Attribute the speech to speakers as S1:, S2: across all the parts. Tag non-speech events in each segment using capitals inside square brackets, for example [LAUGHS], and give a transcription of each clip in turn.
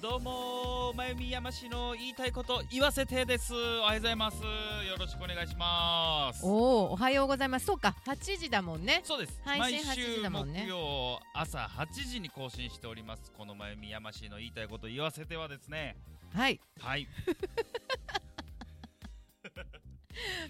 S1: どうもまゆみやましの言いたいこと言わせてですおはようございますよろしくお願いします
S2: おお、おはようございます。そうか、8時だもんね。
S1: そうです
S2: 配信
S1: 毎
S2: 8時
S1: 週
S2: だもんね
S1: 木曜朝8時に更新しておりますこのまゆみやましの言いたいこと言わせてはですね
S2: はい、
S1: はい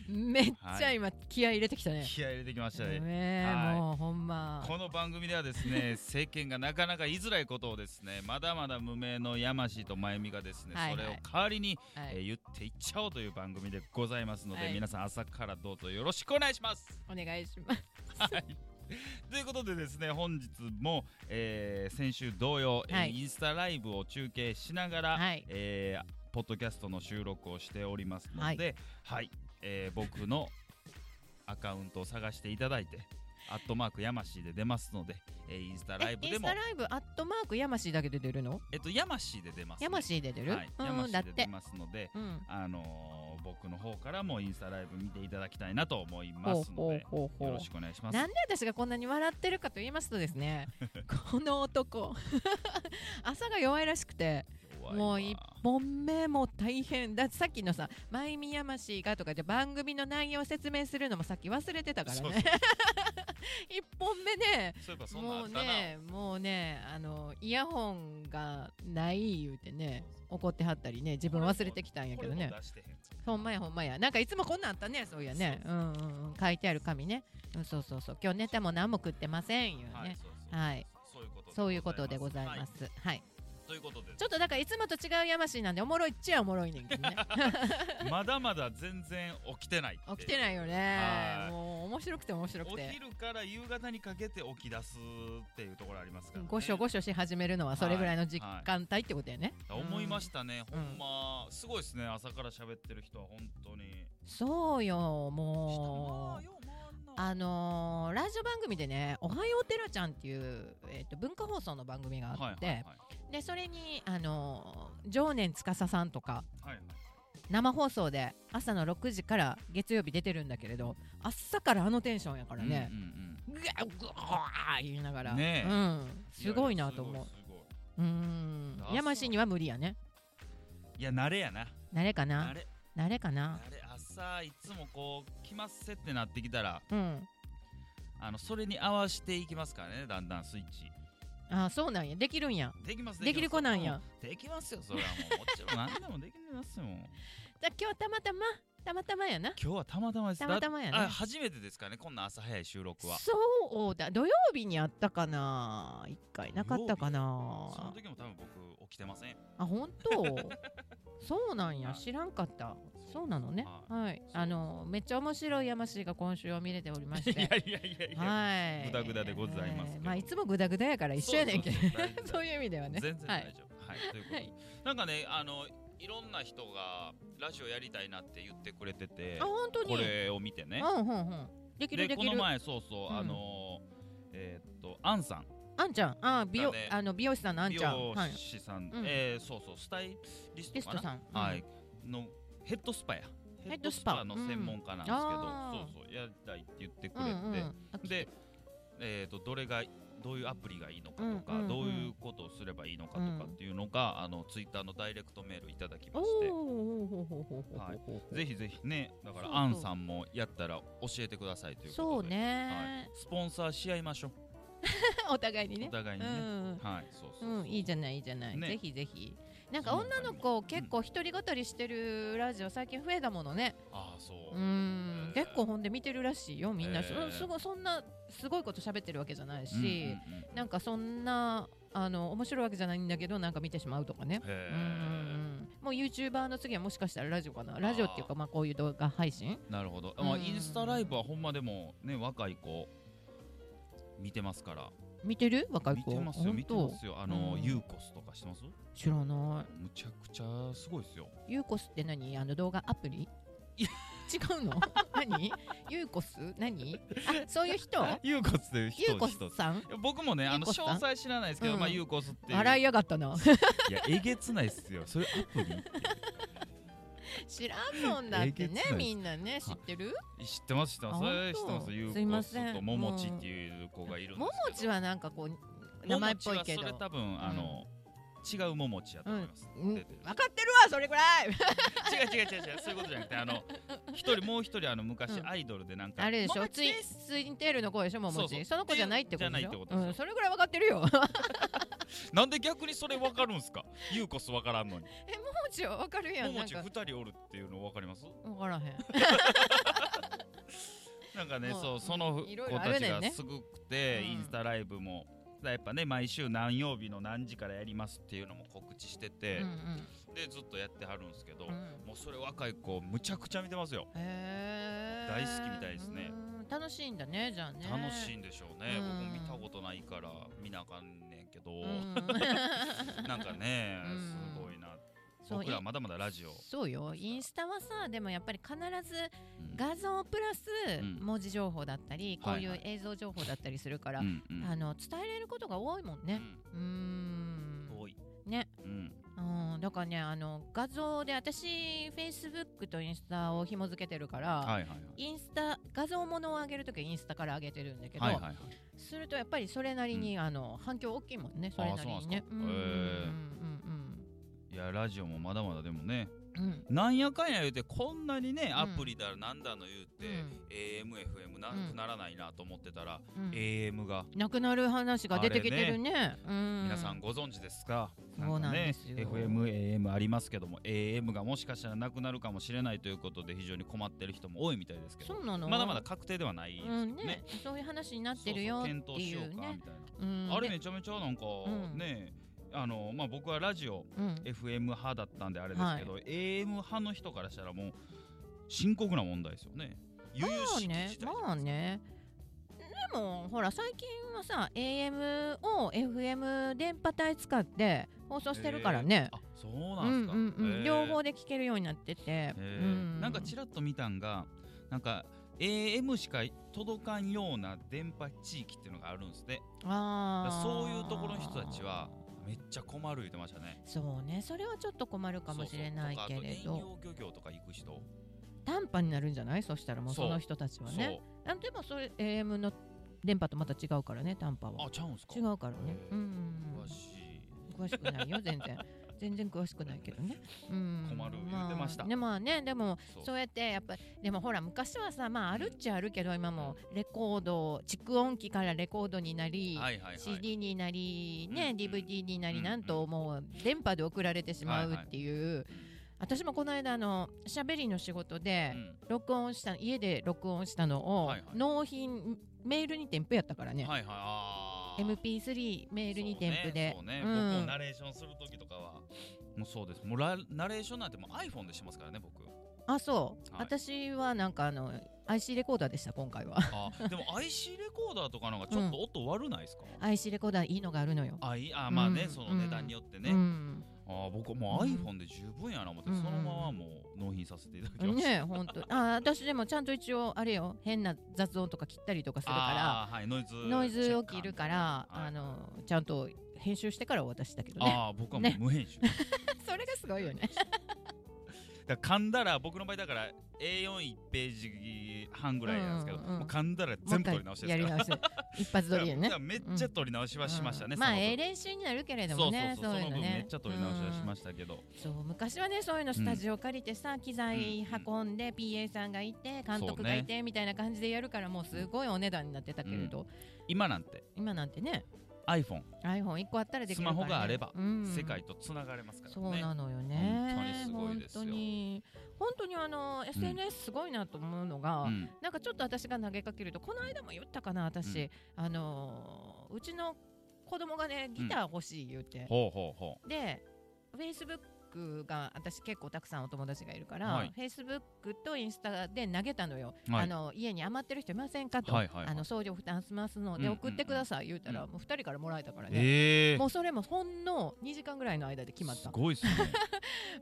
S2: めっちゃ今、気合い入れてきたね。
S1: 気合い入れてきましたね
S2: ねえ、
S1: はい
S2: もうほんま。
S1: この番組ではです
S2: [LAUGHS]
S1: ね政権がなかなか言いづらいことをですねまだまだ無名の山氏とまゆみがですね、
S2: はいはい
S1: それを代わりに、
S2: は
S1: えー
S2: い、
S1: 言っていっちゃおうという番組でございますので、
S2: はい
S1: 皆さん朝からどうぞよろしくお願いします
S2: お願いします。
S1: ということでですね本日も、えー先週同様、えー
S2: はい
S1: インスタライブを中継しながら、
S2: はい
S1: えーポッドキャストの収録をしておりますので、はいえー僕のアカウントを探していただいて「アットマークやまし」で出ますので、えーインスタライブ
S2: えイ
S1: で
S2: ンス
S1: も
S2: タライブ、アットマーク、ヤマシーだけで出るの
S1: えっと、やましで出ます、
S2: ヤマシーで出る、
S1: はい、
S2: う
S1: やま
S2: ん、
S1: し
S2: だっ
S1: で出
S2: て。
S1: ますので、
S2: うん。
S1: あのー僕の方からもインスタライブ見ていただきたいなと思いますので、
S2: ほうほうほ
S1: よ
S2: うほ
S1: ろしくお願いしま
S2: う。
S1: す。
S2: なんで私がこんなに笑ってるかと言いますとで
S1: [LAUGHS]
S2: すねこの男 [LAUGHS] 朝が弱いらしくて
S1: 弱いわ
S2: もう一本目も大変だってさっきのさ「まゆみやましが」とかで番組の内容を説明するのもさっき忘れてたから
S1: そう
S2: ね [LAUGHS] 一本目ね
S1: そういえばそんなんあ
S2: も
S1: っ
S2: う
S1: たな。
S2: ねもうねあのイヤホンがない言うてね怒ってはったりね自分忘れてきたんやけどね
S1: これも出してへん
S2: ほんまやほんまやなんかいつもこんなんあったねそういやね
S1: そう
S2: うんうんうん書いてある紙ねうんそうそうそう今日ネタも何も食ってませんよね、
S1: はい、そうそう
S2: はい
S1: そういうことで
S2: そういうことでございま
S1: は
S2: すはい
S1: ということで
S2: ちょっとだからいつもと違う山氏なんでおもろいっちゃおもろいねんけどね [LAUGHS]
S1: まだまだ全然起きてない
S2: 起きて
S1: い
S2: ないよね
S1: はい
S2: もう面白くて面白く
S1: お
S2: て
S1: 昼から夕方にかけて起き出すっていうところありますから、ね、
S2: ごしょごしょし始めるのはそれぐらいの時間帯ってことやね、
S1: 思いま
S2: た
S1: したね、ほ
S2: うん
S1: んますごいですね朝から喋ってる人は本当に
S2: そう
S1: 下
S2: よも
S1: 回
S2: う
S1: よ回んな
S2: あのーラジオ番組でね「おはようてらちゃん」っていう、えー、と文化放送の番組があって、
S1: はいはい
S2: でそれにあのー常念司さんとか
S1: はいはいはい
S2: 生放送で朝の6時から月曜日出てるんだけれど朝からあのテンションやからね
S1: うん、うんうん
S2: ぐわぐわー言いながら、
S1: ねえ
S2: うん、すごいなと思
S1: や
S2: う
S1: すごいす
S2: うーん
S1: あ
S2: 山氏には無理やね
S1: ごいいや慣れやな
S2: 慣れか
S1: 慣
S2: な
S1: れ
S2: 慣れかな
S1: 慣れ朝いつもこう来ますせってなってきたら
S2: うん
S1: あのそれに合わせていきますからねだんだんスイッチ
S2: あそうなんやできるんや
S1: できます
S2: できる子なんや
S1: うんできますよそれはもうもちろん何でもできます
S2: [LAUGHS]
S1: よ
S2: だ今日たまたまたまたまやな
S1: 今日はたまたまです
S2: たまたまやね
S1: だあ初めてですかねこんな朝早い収録は
S2: そうだ土曜日にあったかな一回なかったか
S1: その
S2: な
S1: 時も多分僕起きてません
S2: あ本当
S1: [LAUGHS]
S2: そうなんや
S1: はい
S2: 知らんかった
S1: そう
S2: そうなのね
S1: は
S2: はいあのめっちゃ面白い山氏が今週は見れておりまし
S1: [LAUGHS]
S2: て
S1: いやいやいや
S2: はい
S1: グダグダでございますけど
S2: えーまあいつもグダグダやから一緒やねんけど
S1: そうそうそう大丈夫
S2: [LAUGHS] そういう意味ではね
S1: 全然
S2: は
S1: 大
S2: い
S1: 丈夫はい、ということで、
S2: はい
S1: なんかねあのいろんな人がラジオやりたいなって言ってくれてて
S2: あ本当に
S1: これを見てね
S2: うんうんうんできる
S1: で
S2: で
S1: こ
S2: き
S1: の
S2: る
S1: 前そうそう、
S2: うん
S1: あのえーっとアンさん
S2: あんちゃんあ美容
S1: だね
S2: あの美容師さんのあん
S1: 美
S2: ちゃん
S1: 容
S2: はい
S1: 師さん、
S2: うん
S1: えーそうそうスタイリスト
S2: ゲス
S1: か
S2: ト
S1: な
S2: さんうん
S1: はい、のヘッドスパや
S2: ヘッドスパ
S1: の
S2: うん
S1: 専門家なんですけど、
S2: あー
S1: そうそうやりたいって言ってく
S2: うん
S1: れて、
S2: うんあき
S1: で、えー、とどれがどういうアプリがいいのかとか、
S2: うんうんうん
S1: どういうことをすればいいのかとかっていうのが、あのツイッターのダイレクトメールいただきま
S2: おー
S1: して
S2: ほうほうほうほうほう
S1: はい
S2: ほう
S1: ぜひぜひねだから
S2: そうそう
S1: アンさんもやったら教えてくださいという
S2: そ
S1: こ
S2: う
S1: とで、
S2: ね
S1: スポンサーし合いましょう
S2: お互いにね
S1: お互いに
S2: う
S1: ね、
S2: ん
S1: はいそうそう
S2: う、
S1: そうん
S2: いいじゃないいいじゃない、
S1: ね
S2: ぜひぜひなんか
S1: その他
S2: 女
S1: にも
S2: の子結構独り語りしてるラジオ最近増えたものね
S1: ああそう、
S2: うん、
S1: えー
S2: 結構ほんで見てるらしいよみんな、
S1: えー
S2: うんすごいそんなすごいこと喋ってるわけじゃないし、
S1: うんうんうん
S2: なんかそんなあの面白いわけじゃないんだけどなんか見てしまうとかねうんうんう
S1: へ
S2: んもう YouTuber の次はもしかしたらラジオかなラジオっていうかまあこういう動画配信
S1: えなるほど、
S2: うん
S1: まあ、インスタライブはほんまでもね若い子見てますから
S2: 見てる若い
S1: 見
S2: 子
S1: てますよ見
S2: 本
S1: てま
S2: 当
S1: すよあの、
S2: うん
S1: ユーコスとかしてます
S2: 知らない
S1: むちゃくちゃすごいですよ
S2: ユーコスって何あの動画アプリ
S1: い
S2: 違
S1: [LAUGHS]
S2: うの何ユーコス何あそういう人
S1: ユーコスっていう
S2: ユ
S1: 人
S2: ーコ
S1: です
S2: ス
S1: 人です
S2: さん
S1: いや僕もねあの
S2: ユーコ
S1: 詳
S2: スさん
S1: 細知らないですけど、
S2: うん
S1: まあユーコスっていう
S2: 笑い
S1: や
S2: やがったな
S1: えげつないっすよそれアプリって
S2: 知らんもんだって
S1: えげつな
S2: ね
S1: いです
S2: みんなね知ってる
S1: 知ってます知ってますそれ
S2: あ
S1: 知って
S2: 本当
S1: ますユ
S2: すい
S1: ーコ
S2: ませ
S1: ス
S2: ん
S1: とモモチっていう子がいるんですけど
S2: ももちはなんかこう名前っぽいけど
S1: モモチはそれ多分あの、違うももちやと思います、
S2: うん、
S1: 出
S2: 分
S1: てる
S2: かってるわそれぐらい
S1: 違う違う違う違うそういうことじゃなくてあの一人もう一人あの昔
S2: うん
S1: アイドルでなんか、
S2: あれでし
S1: も
S2: ょ
S1: もち
S2: ツイ
S1: です
S2: ツインテールの子でしょもも
S1: そうそう
S2: ちその子じゃないってことで
S1: じ
S2: し
S1: ゃないって
S2: ょ
S1: ことですよ
S2: うんそれぐらい分かっ
S1: [LAUGHS]
S2: てるよも
S1: なんで逆にそれわかるんすかゆうこそわからんのに
S2: もちは分かるや
S1: も
S2: んな
S1: も
S2: ん
S1: ち
S2: か
S1: 二人おるっていうのわかります
S2: 分からへん
S1: なんかね
S2: もう
S1: そううんその子
S2: いろいろあ
S1: た
S2: る
S1: ち
S2: ねん
S1: が
S2: ね
S1: すごくて、
S2: うん
S1: インスタライブもだやっぱね毎週何曜日の何時からやりますっていうのも告知してて、
S2: うんうん
S1: でずっとやってはるんですけど、
S2: うん
S1: もうそれ若い子むちゃくちゃ見てますよ
S2: へー
S1: 大好きみたいですね
S2: うん楽しいんだねじゃあね
S1: 楽しいんでしょうね、
S2: うん
S1: 僕も見たことないから見なあかんねんけど、
S2: うん
S1: なんかね、
S2: [LAUGHS] うん
S1: すごいな
S2: そう
S1: 僕らまだまだラジオ
S2: そうよインスタはさでもやっぱり必ず
S1: うん
S2: 画像プラス
S1: うん
S2: 文字情報だったり、こうい
S1: は
S2: う
S1: い
S2: 映像情報だったりするから、
S1: うんうん
S2: あの伝えれることが多いもんね。う
S1: う
S2: ーん
S1: ん多い
S2: ね、
S1: うん
S2: うん、だからねあの画像で私 Facebook とインスタを紐付けてるから、
S1: はいはいはい
S2: インスタ画像ものを上げるときはインスタから上げてるんだけど、
S1: はいはいはい
S2: するとやっぱりそれなりに、あの反響大きいもんねそれなりにね。
S1: あそうなんですかいやラジオもまだまだでもね
S2: うんうんうんうん
S1: なんやかんや言うてこんなにね
S2: ん
S1: アプリだなんだの言うて、
S2: うん
S1: AMFM なくならないなと思ってたら、
S2: うんうん
S1: AM が
S2: なくなる話が出てきてるね。うん、
S1: 皆さんご存知ですか、
S2: そうなんですよ
S1: なんかね FMAM ありますけども AM がもしかしたらなくなるかもしれないということで非常に困ってる人も多いみたいですけど
S2: そうなの
S1: まだまだ確定ではないですけど
S2: う
S1: ね,、
S2: んね、そういう話になってるよって
S1: そうそう検討し
S2: い
S1: よう
S2: う
S1: かみ
S2: ね。
S1: たいな、
S2: うん
S1: あれめちゃめちゃなんか、
S2: うん
S1: ねあのまあ僕はラジオ
S2: うん
S1: FM 派だったんであれですけど、AM 派の人からしたらもう深刻な問題ですよね悠々
S2: まあ
S1: しき
S2: ね
S1: 事態じゃないですか
S2: まあねでもほら最近はさ AM を FM 電波帯使って放送してるからね、
S1: えーあそう
S2: う
S1: なんんですか、
S2: うんうん
S1: へー
S2: 両方で聞けるようになってて、
S1: へ
S2: う
S1: ー
S2: ん、
S1: なんかちらっと見たんがなんか AM しか届かんような電波地域っていうのがあるんですね
S2: あー
S1: そういうところの人たちはめっちゃ困る言ってましたね
S2: そうねそれはちょっと困るかもしれないけれ
S1: そうそうとかあと遠洋
S2: ど
S1: 漁業とか行く人
S2: 短波になるんじゃないそしたらもう
S1: そう
S2: その人たちは
S1: そう,、
S2: ねあでもそれ AM の電波とまた違うからね短波は
S1: あちゃうんすか
S2: 違うからね
S1: へー
S2: うんうんうん
S1: 詳しい
S2: 詳しくないよ全然全然詳しくないけどね、うん、
S1: 困る言うてました
S2: あねまあねでも
S1: そう
S2: そうやってやっぱりでもほら昔はさまああるっちゃあるけど今もレコード蓄音機からレコードになり、
S1: はいはいはい
S2: CD になりね、
S1: うんうん
S2: DVD にな
S1: う
S2: り
S1: んうん
S2: なんともう電波で送られてしまうっていう、私もこの間あのしゃべりの仕事で
S1: うん
S2: 録音した家で録音したのを、
S1: はいはい
S2: 納品メールに添付やったからね、
S1: はいはいあー
S2: MP3 メールに添付で
S1: そうね
S2: う
S1: そうね僕も
S2: ん
S1: ナレーションする時とかはもうそうですもうラナレーションなんてもう iPhone でしてますからね僕
S2: あそう、
S1: はい
S2: 私はなんかあの IC レコーダーでした今回は
S1: [LAUGHS] あーでも IC レコーダーとかなんかちょっと音悪ないですか、
S2: IC レコーダーいいのがあるのよ、
S1: あいいあまあね、
S2: うん
S1: その値段によってね、
S2: うん
S1: あー僕もう
S2: うん
S1: iPhone で十分やな思って、
S2: うんうん
S1: そのままもう納品させていただきました、
S2: ねえ本当あ私でもちゃんと一応あれよ変な雑音とか切ったりとかするか
S1: あーはいノイズ
S2: らノイズを切るから
S1: チェッカー
S2: あ
S1: みたいな
S2: のちゃんと編集してからお渡しだけど
S1: はい
S2: ね
S1: あー僕はもう
S2: ね
S1: 無編集、 [LAUGHS]
S2: [LAUGHS] それがすごいよね
S1: だから噛んだら僕の場合だから A41 ページ半ぐらいなんですけど、
S2: うんうんうん
S1: もう噛んだら全部取り直し
S2: もう一回
S1: で
S2: や
S1: す
S2: り
S1: から
S2: 直
S1: [LAUGHS]
S2: し一発撮りで
S1: だ
S2: ね
S1: からめっちゃ取り直しはしましたね、
S2: うんまあ
S1: その分
S2: ええ練習になるけれどもね
S1: そうそうそう
S2: いう
S1: その分
S2: のね
S1: めっちゃ取り直しはしま
S2: し
S1: したけど、
S2: た、そう昔はねそういうのスタジオ借りてさ、機材運んで PA さんがいて監督がいてみたいな感じでやるからもうすごいお値段になってたけれど、
S1: 今なんて
S2: 今なんてね
S1: iPhone、
S2: iPhone1 個あったらできるから、ね、
S1: スマホがあれば
S2: うん
S1: 世界とつながれますからね
S2: そうなのよね
S1: 本当にすごいですよ
S2: 本当に本当にあの SNS すごいなと思うのが、
S1: うん
S2: なんかちょっと私が投げかけるとこの間も言ったかな私、
S1: うん
S2: あのーうちの子供がねギター欲しい言うて、
S1: ほうほうほう
S2: でフェイスブックが私結構たくさんお友達がいるから、
S1: はい
S2: フェイスブックとインスタで投げたのよ、
S1: はい
S2: あの家に余ってる人いませんかと、
S1: はいはいはい
S2: あの送料負担します
S1: う
S2: の
S1: んう
S2: で
S1: んうん
S2: 送ってください言うたら、もう2人からもらえたからね、
S1: ええ
S2: もうそれもほんの2時間ぐらいの間で決まっ
S1: す
S2: た
S1: ごいですね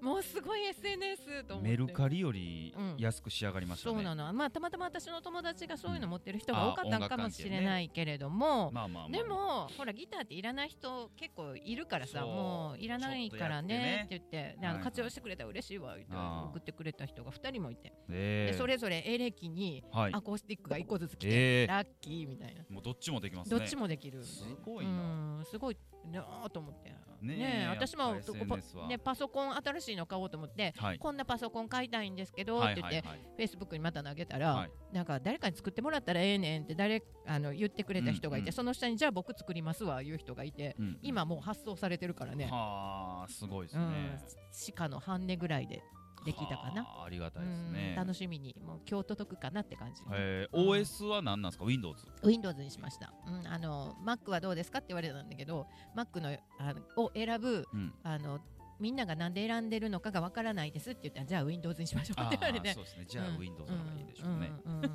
S2: もうすごい SNS [LAUGHS] と思って
S1: メルカリより安く仕上がりましたね、
S2: そうなのまあたまたま私の友達がそういうの持ってる人が多かったんかもしれないけれども、
S1: まあまあまあ
S2: でもほらギターっていらない人結構いるからさ
S1: そう
S2: もういらないからねって言ってで
S1: はい
S2: あの
S1: はい
S2: 活用してくれたら嬉しいわ言って
S1: あー
S2: 送ってくれた人が2人もいて
S1: え
S2: で
S1: え
S2: それぞれエレキに
S1: はい
S2: アコースティックが1個ずつ来
S1: ええ
S2: てラッキーみたいな
S1: もうどっちもできます
S2: ど
S1: ね
S2: っちもできる
S1: すごいな
S2: うんすごいなあと思って
S1: ねえ
S2: ねえ
S1: やっぱ
S2: 私も
S1: SNS は
S2: ね、パソコン新しいの買おうと思って、
S1: はい
S2: こんなパソコン買いたいんですけどっ
S1: は
S2: て
S1: い
S2: 言っ
S1: は
S2: て、
S1: いはい
S2: フェイスブックにまた投げたら、
S1: はい
S2: なんか誰かに作ってもらったらええねんって誰あの言ってくれた人がいて、
S1: うんうん
S2: その下にじゃあ僕作りますわいう人がいて、
S1: うんうん
S2: 今もう発送されてるからね、
S1: はあすごいです
S2: う
S1: ね、
S2: ん、しかの半値ぐらいでできたかな
S1: はあありがたいです
S2: う
S1: ね
S2: ん楽しみにもう今日届くかなって感じ、
S1: えー、OS は何なんですか Windows
S2: Windows にしました、うん、あの Mac はどうですかって言われたんだけど Mac のあのを選ぶ
S1: うん
S2: あのみんながなんで選んでるのかがわからないですって言ったらじゃあ Windows にしましょうって言われ
S1: [LAUGHS] あー
S2: て
S1: そうですねじゃあ
S2: うん
S1: Windows の方がいいでしょうね、
S2: うんうんうんうん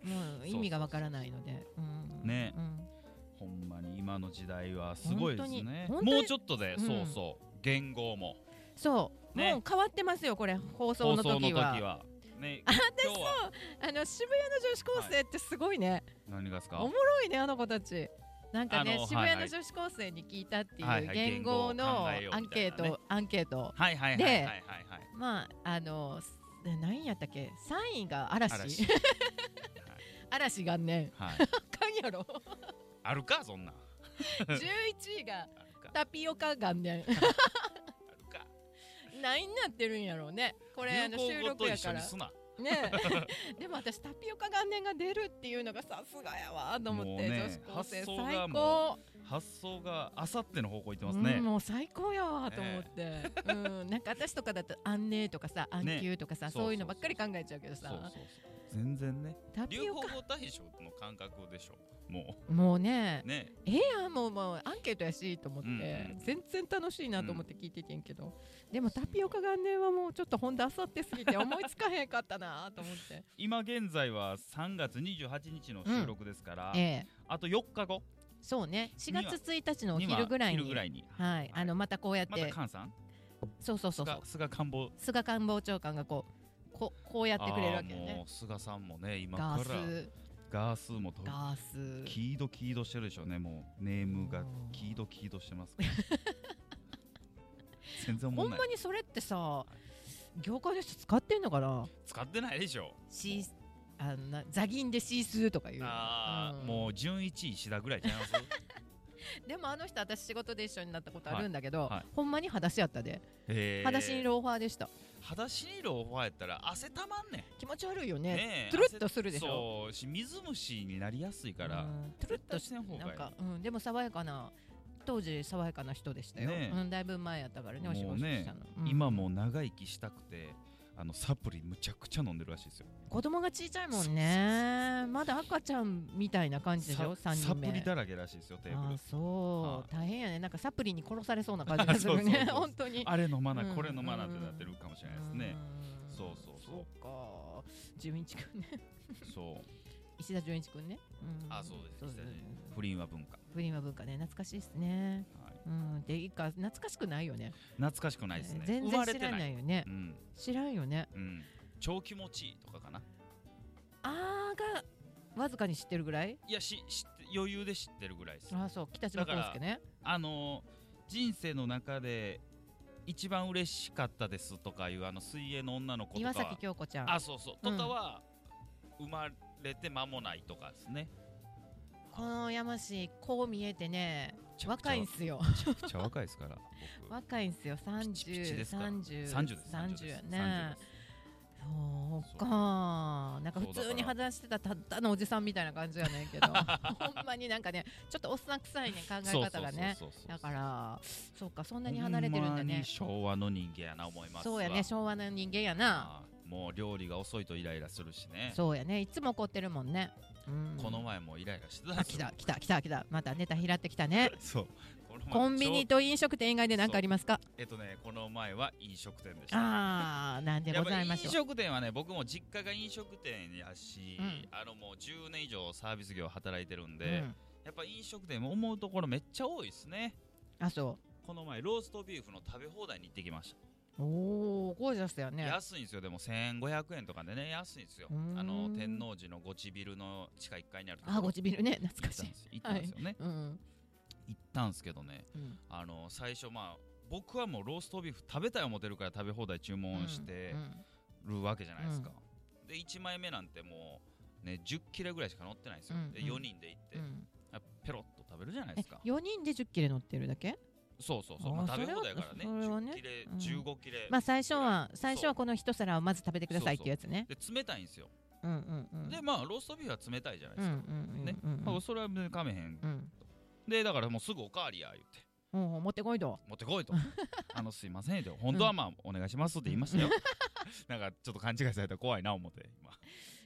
S2: もう意味がわからないので。うん
S1: ね
S2: うん
S1: ほんまに今の時代はすごいですね
S2: 本当に本当に
S1: もうちょっとで、
S2: うん
S1: そうそう言語も
S2: そう、
S1: ね
S2: もう変わってますよ、これ、放送
S1: 放
S2: の
S1: 送の
S2: 時
S1: 時
S2: は。
S1: は [LAUGHS] ね今日は
S2: あの渋谷の女子高生ってすごいね、
S1: 何がですか
S2: おもろいね、あの子たち。なんか
S1: あ
S2: ね
S1: の、
S2: 渋谷
S1: はいは
S2: の
S1: い
S2: 女子高生に聞いたって
S1: はい
S2: いう
S1: はい
S2: 言語
S1: 言語を
S2: の
S1: 考えようみたいなね
S2: アンケート、アンケート、
S1: はいはいはい
S2: で
S1: はいはいはい
S2: まあ、あの、す何やったっけ、3位が嵐、 [LAUGHS] 嵐
S1: はい、
S2: 元年、
S1: はい、
S2: あかん
S1: [LAUGHS]
S2: やろ、
S1: あるかそんなん
S2: 11位が
S1: あるか
S2: タピオカ元年。
S1: あるか
S2: 何になってるんやろうねこ
S1: こ
S2: れあの収録や
S1: 一
S2: か
S1: 緒
S2: ら
S1: にすな
S2: ね [LAUGHS] えでも私タピオカ元年が出るっていうのがさすがやわと思って、
S1: もうね
S2: 女子高生
S1: 発想が
S2: 最
S1: も
S2: 高
S1: 発想があさっての方向行ってますね、
S2: うんもう最高やわと思って、うんなんか私とかだと「あんねー」とかさ「あんきゅう」とかさ、
S1: ね
S2: そういうのばっかり考えちゃうけど
S1: そ
S2: さ
S1: うそうそう全然ね
S2: タ
S1: 流
S2: ピ
S1: 行
S2: オ
S1: 語
S2: カ
S1: 大賞の感覚でしょも
S2: もうね
S1: うね
S2: ええやんもうもうアンケートやしと思って、
S1: うんうん
S2: 全然楽しいなと思って聞いててんけど、でもタピオカ元年はもうちょっと本当あさってすぎて思いつかへんかったなと思って、
S1: 今現在は3月28日の収録ですから、
S2: ええ
S1: あと4日後
S2: そうね4
S1: には
S2: 月1日のお
S1: には
S2: 昼ぐらいに
S1: 昼ぐらいに
S2: はい、あのまたこうやっ
S1: また
S2: て、
S1: 菅さん
S2: そうそうそうそう
S1: 菅菅官房
S2: 菅官房長官がこうここうやってくれるわけよ
S1: あーも
S2: ね
S1: う菅さんもね今
S2: ガ
S1: か
S2: ー
S1: ら
S2: ス
S1: ガースもと
S2: ガース
S1: キードキードしてるでしょうねもうネームが
S2: うん
S1: キードキードしてます
S2: [LAUGHS]
S1: から全然おもん
S2: ほん
S1: ない
S2: まにそれってさ業界の人使ってんのかな
S1: 使ってないでしょ
S2: シーあのな座銀でシースーとか言う
S1: あー、
S2: うん
S1: もう準一位石田ぐらいちゃいます
S2: [LAUGHS] でもあの人私仕事で一緒になったことあるんだけど、
S1: はいはい
S2: ほんまに裸足やったで、
S1: へー
S2: 裸足にローファーでした
S1: 裸足にローファーやったら汗たまんねん
S2: 気持ち悪いよね
S1: ねえ
S2: トゥルッとするでしょ
S1: そうし水虫になりやすいから、
S2: うんトゥルッと
S1: 絶対
S2: し
S1: せん方が
S2: ない
S1: い
S2: んか、うん、でも爽やかな当時爽やかな人でしたよ、
S1: ねえ
S2: うん、だいぶ前やったからねお仕
S1: も
S2: 事
S1: うね
S2: したの、うん
S1: 今もう長生きしたくてあのサプリむちゃくちゃ飲んでるらしいですよ
S2: 子供が小さいもんねまだ赤ちゃんみたいな感じでしょ
S1: サ
S2: 3人目
S1: サプリだらけらしいですよテーブ
S2: あ
S1: ル
S2: あそう、
S1: はい
S2: 大変やねなんかサプリに殺されそうな感じがする
S1: [LAUGHS] そうそう
S2: ね
S1: そう
S2: [LAUGHS] 本当に
S1: あれ飲まな、
S2: うん
S1: これ飲まなってなってるかもしれないですね、
S2: ん
S1: そうそうそう
S2: そうか純一くんね
S1: そう
S2: 石田純一くんね、うん
S1: あそうです
S2: そうです
S1: 石田純不倫は文化、
S2: フリマ文化ね懐かしいですね
S1: はい、
S2: うんでいいか懐かしくないよね
S1: 懐かしくないですね
S2: 全
S1: 生
S2: 然
S1: まれ
S2: 知
S1: て
S2: らないいよね
S1: うん
S2: 知らんよね
S1: うん超気持ちいいとかかな
S2: あーがわずかに知ってるぐらい
S1: いやし知って余裕で知ってるぐらいです
S2: ああそう北島康介ね
S1: あの人生の中で一番嬉しかったですとかいうあの水泳の女の子とか
S2: 岩
S1: は
S2: 崎京子ちゃん
S1: あそうそう
S2: うん
S1: とかは生まれて間もないとかですね
S2: この山氏こう見えてね若いんすよ
S1: めちゃ
S2: [LAUGHS]
S1: くちゃ若いですから僕
S2: 若いんすよ三
S1: ピチピ
S2: 十
S1: チですから
S2: 三十
S1: 30です
S2: 三
S1: 30
S2: 十
S1: です
S2: ねそうかなんか普
S1: そう
S2: 通
S1: だか
S2: に
S1: ら
S2: 話してたたったのおじさんみたいな感じやね
S1: [LAUGHS]
S2: んけどほんまになんかねちょっとおっさん臭いね考え
S1: そう
S2: 方がね
S1: そうそうそうそう
S2: だからそうかそんなに離れてるんだ
S1: ほま
S2: ね
S1: に昭和の人間やな思いますわ
S2: そうやね昭和の人間やな
S1: あーもう料理が遅いとイライラするしね
S2: そうやねいつも怒ってるもんねうん
S1: この前もイライラしてたん
S2: あ
S1: です
S2: 来
S1: よ
S2: た来た来た来たまたネタ拾ってきたね
S1: [LAUGHS] そうこの前
S2: コンビニ
S1: ちょ
S2: と飲食店以外で何かありますか
S1: えっとねこの前は飲食店でした
S2: ああなんで
S1: やっ
S2: ご
S1: ぱ
S2: ざいましょう
S1: 飲食店はね僕も実家が飲食店やし、
S2: うん
S1: あのもう10年以上サービス業働いてるんで、
S2: うん
S1: やっぱ飲食店も思うところめっちゃ多いですね
S2: あそう
S1: この前ローストビーフの食べ放題に行ってきまし
S2: おおゴージャスだよ
S1: た、
S2: ね。
S1: 安いんですよでも1500円とかでね安いんですよ
S2: うーん
S1: あの天王寺のゴチビルの地下1階にあるところ
S2: あゴチビルね
S1: 行
S2: 懐
S1: っ
S2: か
S1: た
S2: し
S1: ん
S2: い
S1: で。すよ行ったんですよね、
S2: うん、
S1: 行ったんですけどね
S2: うん、
S1: あの最初まあ僕はもうローストビーフ食べたい思ってるから食べ放題注文して
S2: うん
S1: るわけじゃないですか、で1枚目なんてもうね10切れぐらいしか乗ってないんですよ、
S2: うん
S1: で
S2: うん
S1: 4人で行って、
S2: うん
S1: あペロッと食食べるじゃないですか
S2: 4人で1 0キレ乗ってるだけ
S1: そうそうそう
S2: あー
S1: まあ食べ
S2: それは
S1: 放題やからね
S2: それはね
S1: 10切れ
S2: うん
S1: 15切れ、
S2: まあ最初は
S1: そう
S2: 最初はこの一皿をまず食べてくださいっていうやつね
S1: で冷たいんですよ、
S2: うんうんうん
S1: でまあローストビーフは冷たいじゃない
S2: うん
S1: で
S2: う
S1: すか、
S2: んうん
S1: ね
S2: うん
S1: まあ、それは別に噛めへん、
S2: うん
S1: でだからもうすぐおかわりや言って
S2: うんうん持ってこいと
S1: 持って
S2: [LAUGHS]
S1: こいとあのすいませんって本当はまあお願いしますって言いましたよなんかちょっと勘違いされたら怖いな思って
S2: [LAUGHS]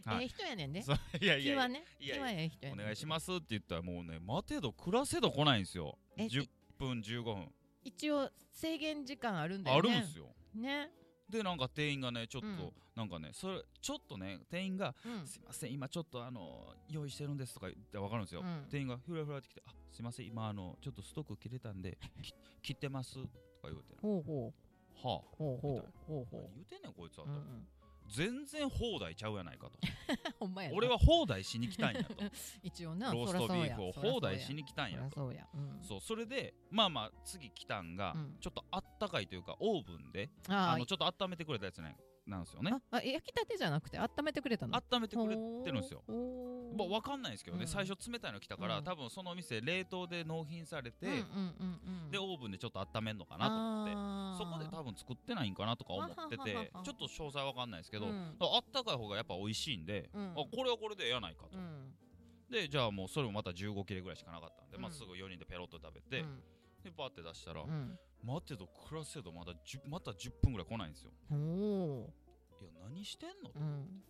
S1: 今、
S2: え
S1: は
S2: え
S1: い、
S2: 人やねんね
S1: そういやい
S2: 気
S1: や
S2: はいね
S1: いや
S2: 気はええ人
S1: や
S2: や
S1: お
S2: ねん
S1: 願いしますって言ったらもうね待てど暮らせど来ないんですよ
S2: え
S1: 10分15分
S2: 一応制限時間あるんだ
S1: あ
S2: よ
S1: る
S2: ね
S1: んですよ
S2: ね
S1: でなんか店員がねちょっと、
S2: うん
S1: なんかねそれちょっとね店員が
S2: う
S1: 「
S2: ん
S1: すいません今ちょっとあの用意してるんです」とか言ってわかるんですよ、
S2: うん
S1: 店員がふらふらってきて「あすいません今あのちょっとストック切れたん
S2: [LAUGHS]
S1: でき切ってます」とか言うてな
S2: ほうほ
S1: は
S2: うほうほうほう
S1: あ
S2: ほ
S1: 何言うてんねんこいつは
S2: うう
S1: と、
S2: んうん
S1: 全然放題ちゃうやないかと
S2: ほ [LAUGHS] んまやな
S1: 俺は放題しに来たんや
S2: [LAUGHS]
S1: と
S2: 一応な
S1: ロースト
S2: そ
S1: ビ
S2: らそう
S1: ー
S2: や
S1: フを
S2: そらそうや
S1: 放題しに来たん
S2: そ
S1: や
S2: ら
S1: と
S2: そうやうん
S1: そうそれでまあまあ次来たんが、
S2: うん
S1: ちょっとあったかいというかオーブンで
S2: あ
S1: あ
S2: ー
S1: のちょっと温めてくれたやつなんなんですよね
S2: ああ焼きたてじゃなくて温めてくれたの
S1: 温めてくれてるんですよ
S2: ほう
S1: まあ、分かんないですけどね、
S2: うん
S1: 最初冷たいの来たから、
S2: うん
S1: 多分そのお店冷凍で納品されて、
S2: うんうんうんうん
S1: でオーブンでちょっと温めるのかなと思って
S2: あー
S1: そこで多分作ってないんかなとか思ってて
S2: あはははは
S1: ちょっと詳細分かんないですけど、
S2: うん
S1: あったかい方がやっぱ美味しいんで、
S2: うん
S1: あこれはこれでええやないかと、
S2: うん
S1: でじゃあもうそれもまた15切れぐらいしかなかったんで、まあ、
S2: うん
S1: すぐ4人でペロッと食べて、
S2: うん
S1: でバーって出したら、
S2: うん
S1: 待てど暮らせどまだ10また10分ぐらい来ないんですよ
S2: お
S1: いや何してんの、
S2: ーうん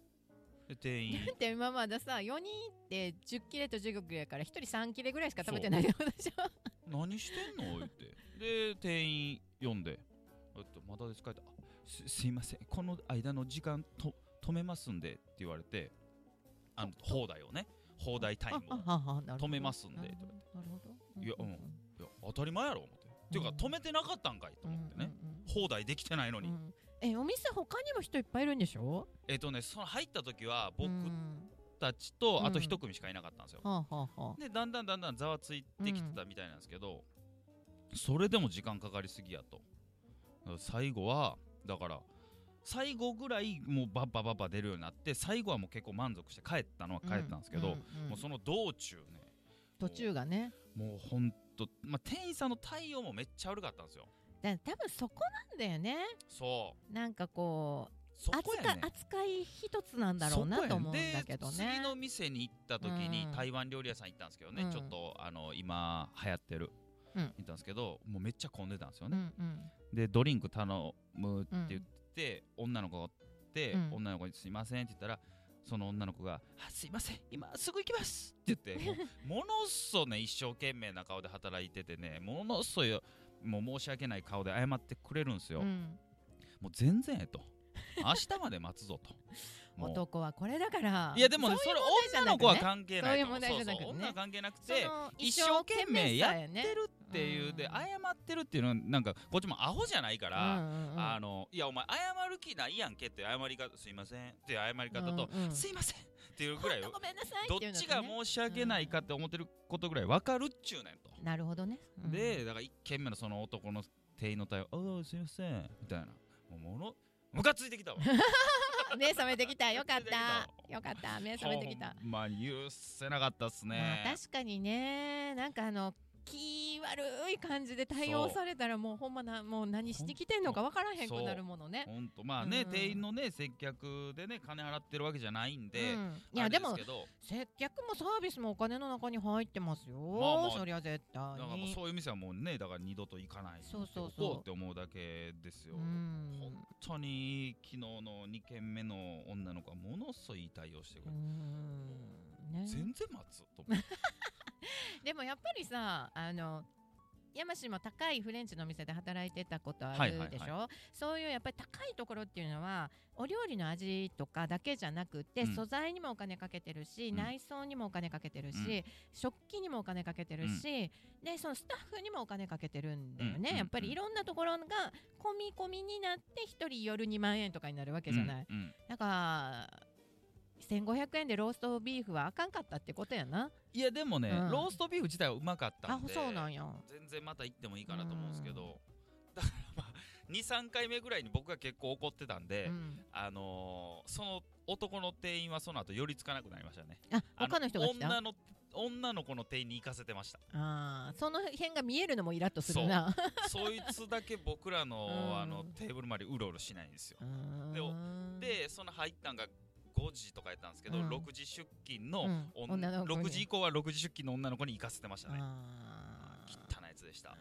S1: で店員
S2: だって今まださ4人って10切れと15切れやから1人3切れぐらいしか食べてないのでしょ
S1: 何してんの言ってで店員読んで「えっとまだですか?」ってあすすいませんこの間の時間と止めますんで」って言われてあの放題をね放題タイムを
S2: ああははなるほど
S1: 止めますんで
S2: なるほどなるほど
S1: いやうんいや当たり前やろ思って、っていうか止めてなかったんかいと思ってね、
S2: うんうんうん
S1: 放題できてないのに、
S2: うんえお店他にも人いっぱいいるんでしょ
S1: えっ、とねその入った時は僕
S2: うん
S1: たちと、
S2: うん
S1: あと一組しかいなかったんですよ、
S2: はあはあはあ
S1: でだんだんだんだんざわついてきてたみたいなんですけど、それでも時間かかりすぎやと最後はだから最後ぐらいもうバッババッバ出るようになって最後はもう結構満足して帰ったのは帰ったんですけど、
S2: ううんうん
S1: もうその道中ね
S2: 途中がね
S1: もうほんと、まあ、店員さんの対応もめっちゃ悪かったんですよ
S2: だ多分そこなんだよね
S1: そう
S2: なんかこう
S1: そこ
S2: 扱
S1: や
S2: い
S1: ね
S2: 扱い一つなんだろうなと思うんだけど
S1: そこやねんで次
S2: ね
S1: の店に行った時に
S2: うん
S1: 台湾料理屋さん行ったんですけどね、
S2: うん
S1: ちょっとあの今流行ってる、
S2: うん
S1: 行ったんですけどもうめっちゃ混んでたんですよね、
S2: うんうん
S1: でドリンク頼むって言って、女の子がおって、
S2: うん
S1: 女の子に「すいません」って言ったらその女の子が「あすいません今すぐ行きます」って言って
S2: [LAUGHS]
S1: もうものっそね一生懸命な顔で働いててねものっそよもう申し訳ない顔で謝ってくれるんですよ、
S2: うん
S1: もう全然ええと明日まで待つぞ
S2: [LAUGHS]
S1: ともう
S2: 男はこれだから
S1: いやでもね
S2: そう
S1: そ
S2: いう
S1: れ
S2: 問題じゃ
S1: 女
S2: な
S1: の
S2: く
S1: 子は
S2: ね
S1: 関係ないと思
S2: そういう問題じゃなく
S1: そうそう
S2: ね
S1: 女は関係なく
S2: そ
S1: て
S2: の
S1: 一生懸命やってるっていうで
S2: うん
S1: 謝ってるっていうのはなんかこっちもアホじゃないか、
S2: から
S1: あ
S2: あ
S1: のいやお前謝る気ないやんけって謝り方すいませんっていう謝り方と、
S2: うんうん
S1: すいませんっていうぐらい
S2: ごめんなさい
S1: ど
S2: っ
S1: って
S2: いうの
S1: ち
S2: と
S1: が
S2: ね
S1: 申し訳ないかって思ってることぐらい分かるっちゅうねんと、
S2: なるほどねうん
S1: でだから一軒目のその男の店員の対応「ああすいません」みたいなもうものムカついて
S2: [LAUGHS]
S1: きたわ
S2: [LAUGHS] 目覚めてきたよかった
S1: [LAUGHS] 目覚めてきた
S2: よかった目覚めてきた
S1: ほんまあ許せなかったっすね、
S2: まあ確かにねなんかあの気悪い感じで対応されたらもうほんまなもう何してきてんのかわからへんくなるものね
S1: ほんとまあね、
S2: うん
S1: 店員のね接客でね金払ってるわけじゃないんで、
S2: うんいや
S1: あれ
S2: ですも
S1: けど
S2: 接客もサービスもお金の中に入ってますよ、
S1: まあ
S2: そりゃ絶対
S1: だからもう
S2: に
S1: そういう店はもうねだから二度と行かない
S2: そうそうそう
S1: 行こうって思うだけですよ、
S2: うん
S1: 本当に昨日の2軒目の女の子はものすごいいい対応してく
S2: う
S1: れて、
S2: んね
S1: 全然待つと思って
S2: でもやっぱりさあの山氏も高いフレンチのお店で働いてたことあ
S1: はいはいは
S2: る
S1: い
S2: でしょ、そういうやっぱり高いところっていうのはお料理の味とかだけじゃなくて、
S1: うん
S2: 素材にもお金かけてるし、
S1: うん
S2: 内装にもお金かけてるし、
S1: うん
S2: 食器にもお金かけてるし、でそのスタッフにもお金かけてるんだよね、
S1: うん
S2: やっぱりいろんなところが込み込みになって1人夜2万円とかになるわけじゃない、
S1: うんうん
S2: なんか1500円でローストビーフはあかんかったってことやな。
S1: いやでもね、
S2: うん
S1: ローストビーフ自体はうまかった
S2: あ
S1: んで
S2: そうなんや
S1: 全然また行ってもいいかなと思うんですけど、だからまあ23回目ぐらいに僕が結構怒ってたんで、
S2: うん
S1: あのーその男の店員はその後寄りつかなくなりましたね
S2: あ
S1: あ
S2: 他の人が来た
S1: 女の女の子の店員に行かせてました
S2: あーその辺が見えるのもイラッとするな
S1: そいつだけ僕らの,、
S2: [LAUGHS] うん
S1: あのテーブル周りうろうろしないんですよ
S2: うーん [LAUGHS]
S1: でおでその入ったんが5時とかやったんですけど、
S2: うん
S1: 6時出勤の、
S2: うん
S1: おん
S2: 女の子に
S1: 6時以降は6時出勤の女の子に行かせてましたね
S2: あー
S1: 汚いやつでした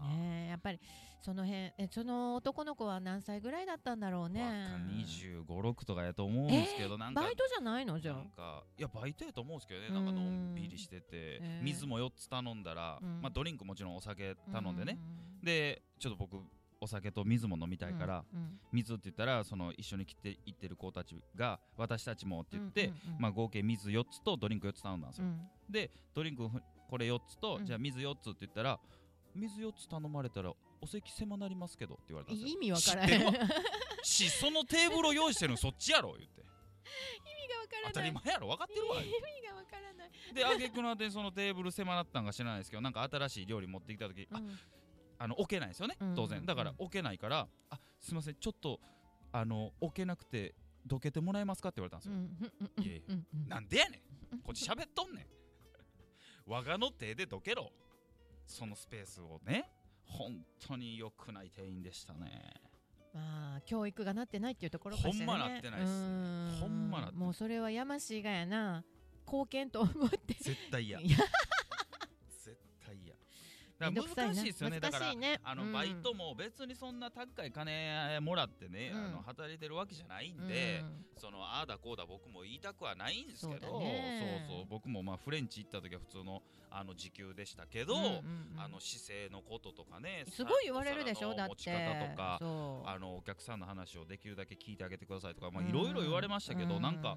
S2: ねえやっぱりその辺えその男の子は何歳ぐらいだったんだろうね
S1: 二十五六とかやと思うんですけど、なんか
S2: バイトじゃないのじゃ
S1: なんんかいやバイトやと思うんですけどねなんかのんびりしてて、
S2: うん
S1: 水も4つ頼んだら、
S2: うん
S1: まあドリンクもちろんお酒頼んでね、でちょっと僕お酒と水も飲み
S2: う
S1: たいから、
S2: うんうん
S1: 水って言ったらその一緒に来て行ってる子たちが私たちもって言って、
S2: うんうんうん
S1: まあ合計水4つとドリンク4つ頼んだんです
S2: う
S1: よ、
S2: ん
S1: でドリンクふこれ4つと、
S2: うん
S1: じゃあ水4つって言ったら水4つ頼まれたらお席狭なりますけどって言われたんですよ
S2: 意味わからん
S1: 知っ
S2: 意
S1: てる
S2: 味が
S1: わ
S2: わか
S1: しそのテーブルを用意してるのそっちやろ言って当た
S2: らな
S1: り
S2: い
S1: 前やろ分かってるわ言うて
S2: 意味がわからない
S1: で挙句の果てにそのテーブル狭なったんか知らないですけどなんか新しい料理持ってきた時、あ
S2: うん
S1: あの置けないんですよね
S2: うんうんうん
S1: 当然だから置けないから「あすいませんちょっとあの置けなくてどけてもらえますか?」って言われたんです
S2: う
S1: よ、
S2: んうんうん
S1: いやいや
S2: うんうん
S1: なんでやねんこっち喋っとんねん我がの手でどけろそのスペースをね本当に良くない店員でしたね
S2: まあ教育がなってないっていうところかしらね
S1: ほんまなってないっすね
S2: うー
S1: ほんまなってない
S2: もうそれはやましいがやな貢献と
S1: [LAUGHS]
S2: 思って
S1: 絶対嫌
S2: いや
S1: 絶対嫌
S2: め
S1: だ
S2: ん
S1: か
S2: ど
S1: ら
S2: くさいな
S1: 難しいですよねだから
S2: 難しいね
S1: あの
S2: うん
S1: バイトも別にそんな高い金もらってね、
S2: うん
S1: あの働いてるわけじゃないんで
S2: う、ん
S1: そのああだこうだ僕も言いたくはないんですけど
S2: そうだね
S1: そうそう僕もまあフレンチ行った時は普通のあの時給でしたけど、
S2: うんうんうん
S1: あの姿勢のこととかね
S2: すごい言われるでしょ
S1: お皿
S2: だっ
S1: の
S2: て
S1: 持ち方とか
S2: そう
S1: あのお客さんの話をできるだけ聞いてあげてくださいとかまあ
S2: うん
S1: いろいろ言われましたけど、
S2: う
S1: なんか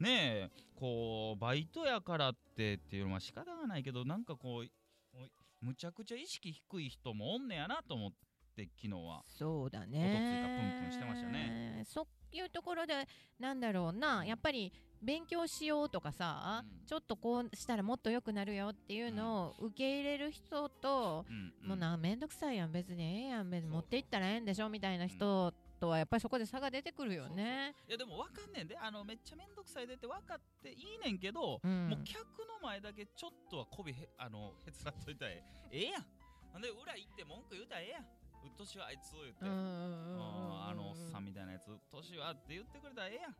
S1: ねえこうバイトやからってっていうのは仕方がないけどなんかこうもうむちゃくちゃ意識低い人もおんねやなと思って昨日は
S2: そうだ
S1: おとつい
S2: ね
S1: たプンプンしてましたね
S2: そういうところでなんだろうなやっぱり勉強しようとかさ、
S1: うん
S2: ちょっとこうしたらもっと良くなるよっていうのを受け入れる人と、
S1: うん
S2: もう
S1: うん
S2: なめんどくさいやん別にええやん別に
S1: そう
S2: 持っていったらええんでしょみたいな人とはやっぱりそこで差が出てくるよね。
S1: いやでも分かんねんであのめっちゃめんどくさいでって分かっていいねんけど、
S2: うん
S1: もう客の前だけちょっとは媚びへ [LAUGHS] あのへつらっといたらええええやんほんで裏行って文句言うたらええやんうっとうしはあいつを言って、
S2: うんうんうんうんうん
S1: ああのおっさんみたいなやつ年はって言ってくれたらええやん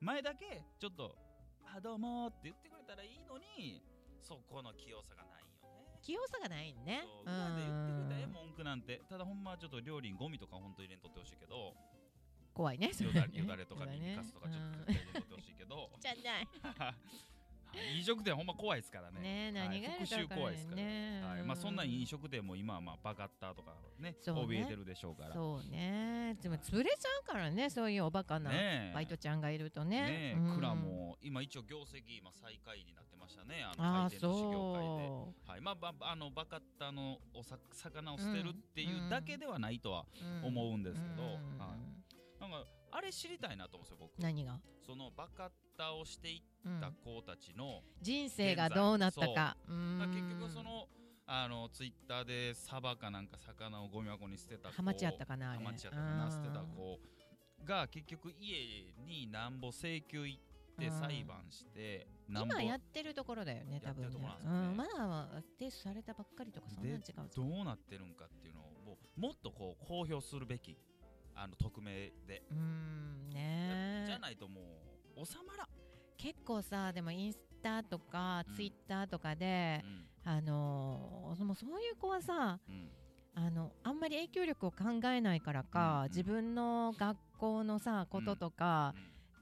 S1: 前だけちょっと「あどうも」って言ってくれたらいいのにそこの器用さがないよね
S2: 器用さがないんね。
S1: そう裏で言ってくれたらええ
S2: うん
S1: 文句なんてただほんまはちょっと料理にゴミとかほんと入れんとってほしいけど
S2: 怖いね。
S1: よだよだれとか
S2: そうだ
S1: に
S2: ね
S1: ミカスとかちょっ
S2: うん
S1: と入れんとってほしいけど
S2: じゃない。
S1: [LAUGHS] 飲食店ほんま怖いですからね
S2: ねえ何があ
S1: はい、
S2: る
S1: 復讐
S2: かわから
S1: 怖
S2: な
S1: で
S2: いい
S1: すから、
S2: ね。
S1: はいまあ、そんな飲食店も今はまあバカッターとかね
S2: そうね
S1: 怯えてるでしょうから
S2: そうね。でも潰れちゃうからね、そういうおバカな
S1: ねえ
S2: バイトちゃんがいると
S1: ね。
S2: ねうん
S1: 蔵。も今一応業績今最下位になってましたねあの
S2: ああ
S1: 回転寿司業界で。
S2: そ
S1: はいまあ、ばあのバカッタのおさ魚を捨てるっていうだけではないとは、
S2: う。うん
S1: 思うんですけど
S2: うん
S1: はなんかあれ知りたいなと思うんですよ僕
S2: 何が？
S1: そのバカッタをしてい
S2: うん
S1: った子たちの、
S2: 人生がどうなったか。
S1: だから
S2: 結
S1: 結局そのあのツイッターでサバかなんか魚をゴミ箱に捨てた子
S2: ハマっちゃったかなあれ。
S1: ハマっちゃったかな捨てた
S2: うん
S1: 子が結局家になんぼ請求行って裁判してなんぼ
S2: 今やってるところだよね、多分
S1: やってるとこ
S2: ね
S1: ろなん。ですかね
S2: うん、まだは提出されたばっかりとかそんなん違うんですか
S1: どうなってるんかっていうのをもうもっとこう公表するべきあの匿名で、
S2: うーん
S1: じゃ
S2: ね
S1: ないともう収まらん、
S2: 結構さでもインスタとか
S1: うん
S2: ツイッターとかで、あのーそもうそういう子はさ
S1: うんうん
S2: あのあんまり影響力を考えないから
S1: う
S2: か、
S1: んうん
S2: 自分の学校のさこととか、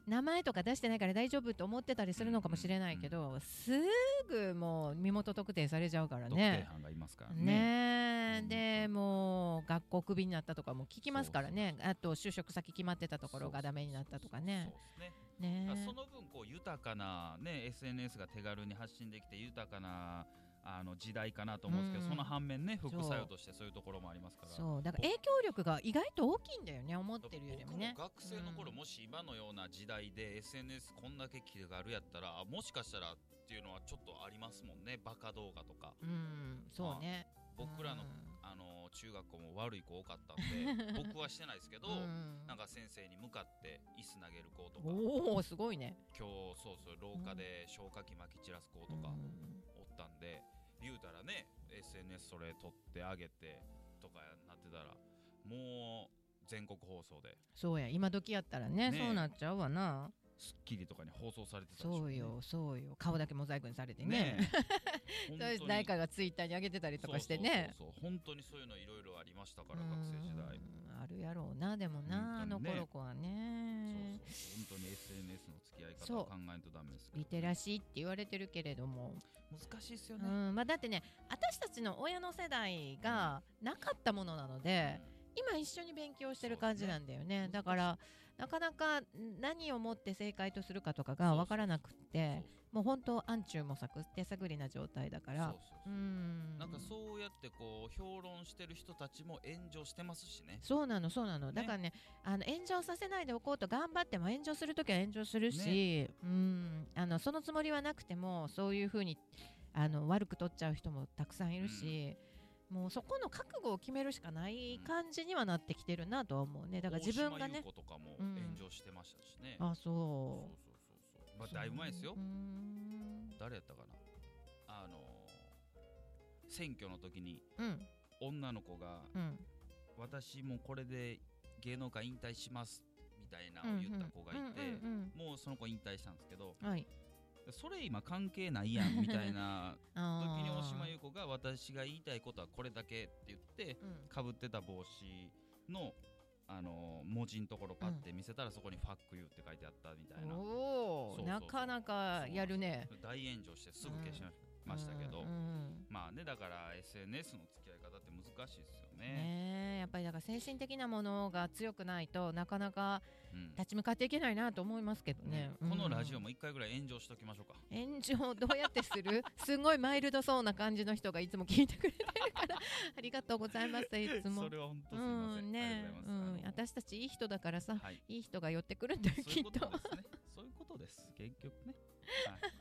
S2: 名前とか出してないから大丈夫と思ってたりするのかもしれないけど、すぐもう身元特定されちゃうか
S1: う
S2: ら
S1: ん、特定
S2: ね。
S1: 班がいますからね
S2: ねえ、
S1: うん
S2: でもう学校クビになったとかも聞きますからねあと就職先決まってたところがダメになったとかね
S1: そうですね
S2: ね
S1: だから
S2: え
S1: その分こう豊かな、ね、SNS が手軽に発信できて豊かなあの時代かなと思うんですけど、
S2: うん
S1: その反面ね副
S2: そう
S1: 作用としてそういうところもありますから
S2: そうだから影響力が意外と大きいんだよね思ってるよりもね
S1: 僕も学生の頃、
S2: うん
S1: もし今のような時代で SNS こんだけ気軽やったらあもしかしたらっていうのはちょっとありますもんねバカ動画とか
S2: うんそうね
S1: 僕らの
S2: うん
S1: あの中学校も悪い子多かった
S2: [LAUGHS]
S1: んで僕はしてないですけど、
S2: うん
S1: なんか先生に向かって椅子投げる子とか
S2: おおすごいね。
S1: 今日そうそう廊下で消火器まき散らす子とか
S2: うん
S1: おったんで、言うたらね SNS それ撮ってあげてとかなってたらもう全国放送で
S2: そうや今時やったらね
S1: ねえ
S2: そうなっちゃうわな。
S1: 『スッキリ』とかに放送されてたでしょ
S2: そうよそうよ顔だけモザイクにされてね。
S1: ねえ
S2: [LAUGHS] そうで
S1: 本
S2: す
S1: 当に
S2: 誰かがツイッターに上げてたりとかしてね。
S1: そうそうそうそう本当にそういうのいろいろありましたから学生時代
S2: うんあるやろうなでもな、あ
S1: 本当
S2: の
S1: にね
S2: 頃子は
S1: そうそう
S2: ね
S1: 本当に SNS の付き合い
S2: そ
S1: 方
S2: う
S1: を考えんとダメですけど
S2: リテラシーって言われてるけれども、
S1: 難しいです
S2: う
S1: よね、
S2: んまあ、だってね私たちの親の世代がなかったものなので、今一緒に勉強してる感じなんだ
S1: そ
S2: よね
S1: うですね
S2: だからなかなか何をもって正解とするかとかが分からなくってもう本当暗中模索手探りな状態だか
S1: からそうそう
S2: う
S1: そう、
S2: ん
S1: なんかそうやってこう評論してる人たちも炎上してますしね
S2: そうなのそうなの、だからねあの炎上させないでおこうと頑張っても炎上するときは炎上するし、うんあのそのつもりはなくてもそういうふうにあの悪く取っちゃう人もたくさんいるし、もうそこの覚悟を決めるしかない感じにはなってきてるなとは思うねだから自分がね
S1: 大島優子とかも
S2: うん
S1: 炎上してましたしね、
S2: あ
S1: そう
S2: そ
S1: そ
S2: う
S1: うそうそうまあだいぶ前ですよ、
S2: うーん
S1: 誰やったかなあのー選挙の時に
S2: うん
S1: 女の子が
S2: うん
S1: 「私もこれで芸能界引退します」みたいなのを言った子がいて、
S2: うんうん
S1: もうその子引退したんですけど
S2: うんはい
S1: それ今関係ないやんみたいな時
S2: [LAUGHS] あ
S1: に大
S2: ー
S1: 島優子が私が言いたいことはこれだけって言って
S2: うん
S1: かぶってた帽子の、あのー文字のところパッて見せたらそこに「ファックユー」って書いてあったみたいな、そ
S2: おお
S1: うそうそう
S2: なかなかやるね
S1: 大炎上してすぐ消しましたけど、
S2: うんうん
S1: まあねだから SNS の付き合い方って難しいですよね。
S2: ねえやっぱりだから精神的なものが強くないとなかなか
S1: うん
S2: 立ち向かっていけないなと思いますけどね
S1: ね、このラジオ
S2: も
S1: も一回ぐらい炎上しときましょうか。
S2: 炎上どうやってする [LAUGHS] すごいマイルドそうな感じの人がいつも聞いてくれてるから
S1: [LAUGHS]
S2: ありがとうございますいつも
S1: それは本当すいません。
S2: うんねえ
S1: ありがとうございま
S2: うん
S1: す。
S2: 私たちいい人だからさ
S1: あのはい。
S2: いい人が寄ってくるんだよ
S1: そうい
S2: きっ
S1: うこと
S2: と
S1: ですね。そういうことです。結局ね。はい。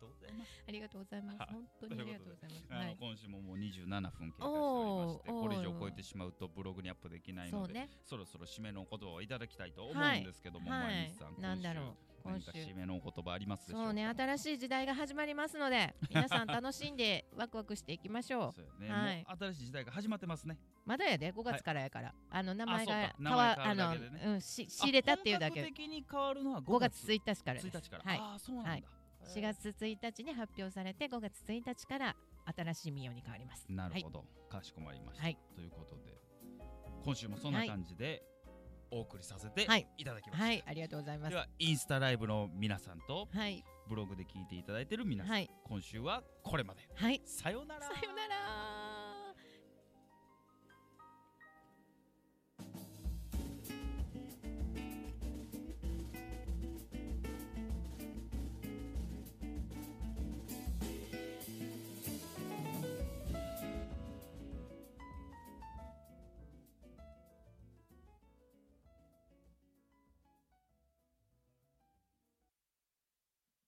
S1: そうい
S2: [LAUGHS]
S1: うことです。ありがとうございます。
S2: ありが
S1: はい
S2: とうございます本当にありがとうございます
S1: あの、
S2: はい
S1: 今週ももう27分経過しておりまして、
S2: おー
S1: これ以上超えてしまうとブログにアップできない
S2: そ
S1: の
S2: う
S1: で、
S2: ね
S1: そろそろ締めのお言葉をいただきたいと思
S2: は
S1: う
S2: い
S1: んですけども、
S2: は
S1: 毎
S2: い
S1: 日さん、今
S2: なん
S1: 週
S2: だろう今
S1: 何
S2: 週
S1: か締めのお言葉ありますでしょうか。
S2: そうね新しい時代が始まりますので皆さん楽しんでワクワクしていきましょう
S1: そうやね、
S2: はい
S1: もう新しい時代が始まってますね。
S2: まだやで5
S1: は
S2: 月
S1: い
S2: からやから、あの名
S1: そ
S2: 前が
S1: うか
S2: 変
S1: 名
S2: わ
S1: 前
S2: あ
S1: 変わ
S2: の、
S1: るだけでね
S2: うんし仕入れたっていうだけ
S1: 本格的に変わるのは
S2: 5
S1: 5
S2: 月
S1: 月
S2: 1日からです
S1: 1日から。
S2: はい
S1: ああ、そうなんだ。
S2: はい4月1日に発表されて5月1日から新しい民謡に変わります
S1: なる
S2: は
S1: ほど、かしこまりました、
S2: はい
S1: ということで今週もそんな感じでお送りさせて
S2: はい
S1: いただきま
S2: い、
S1: した、
S2: はい、ありがとうございます
S1: で
S2: は
S1: はインスタライブの皆さんと
S2: い
S1: ブログで聞いていただいている皆さん、
S2: はい
S1: 今週はこれまで
S2: はい
S1: さようなら
S2: さようなら